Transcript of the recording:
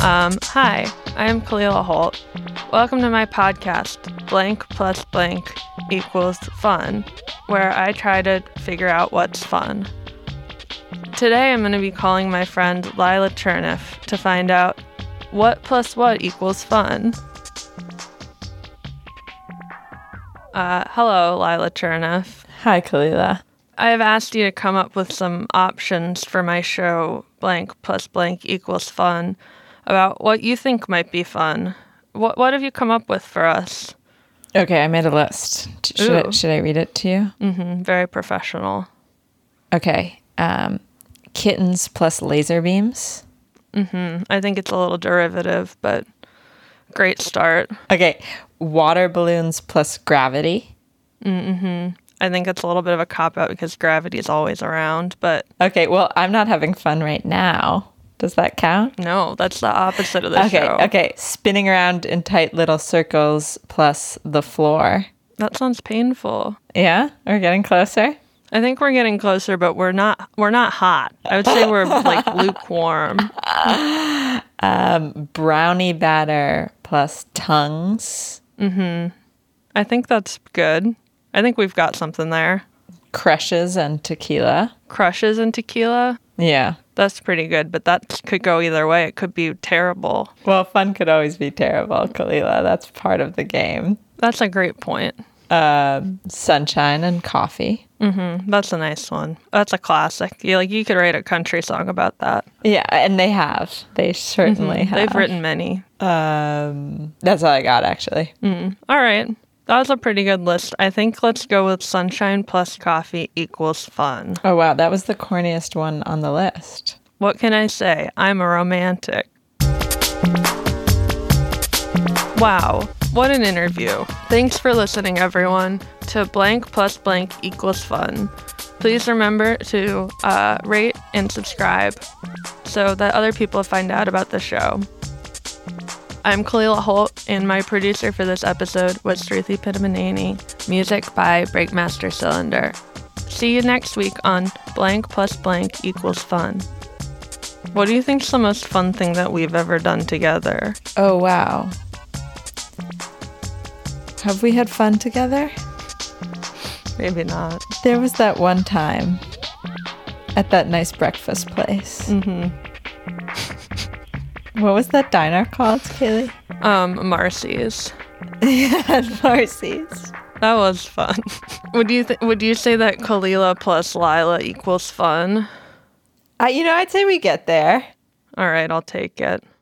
Um, hi, I'm Kalila Holt. Welcome to my podcast, Blank Plus Blank Equals Fun, where I try to figure out what's fun. Today I'm going to be calling my friend Lila Cherniff to find out what plus what equals fun. Uh, hello, Lila Cherniff. Hi, Kalila. I have asked you to come up with some options for my show, blank plus blank equals fun, about what you think might be fun. What what have you come up with for us? Okay, I made a list. T- Should I, Ooh. should I read it to you? Mm, Very professional. Okay. Um, kittens plus laser beams. I think it's a little derivative, but great start. Okay. Water balloons plus gravity. I think it's a little bit of a cop out because gravity is always around, but Okay. Well, I'm not having fun right now. Does that count? no, that's the opposite of the Okay. show. Okay. Spinning around in tight little circles plus the floor. That sounds painful. Yeah, we're getting closer. I think we're getting closer, but we're not we're not hot. I would say we're like lukewarm. Brownie batter plus tongues. I think that's good. I think we've got something there. Crushes and tequila. Crushes and tequila, Yeah. that's pretty good, but that could go either way. It could be terrible. Well, fun could always be terrible, Kalila. That's part of the game. Um, That's a great point. Sunshine and coffee. That's a nice one. That's a classic. You like you could write a country song about that. Yeah, and they have. They certainly have. Mm-hmm. They've written many. Um, that's all I got, actually. All right. That was a pretty good list. I think let's go with sunshine plus coffee equals fun. Oh, wow. That was the corniest one on the list. What can I say? I'm a romantic. Wow, what an interview. Thanks for listening, everyone, to blank plus blank equals fun. Please remember to uh, rate and subscribe so that other people find out about the show. I'm Kalila Holt, and my producer for this episode was Srithi Pittamanani. Music by Breakmaster Cylinder. See you next week on blank plus blank equals fun. What do you think's the most fun thing that we've ever done together? Oh, wow. Have we had fun together? Maybe not. There was that one time at that nice breakfast place. Mm-hmm. What was that diner called, Kaylee? Um, Marcy's. At Marcy's. That was fun. would you th- would you say that Kalila plus Lila equals fun? Uh, you know, I'd say we get there. All right, I'll take it.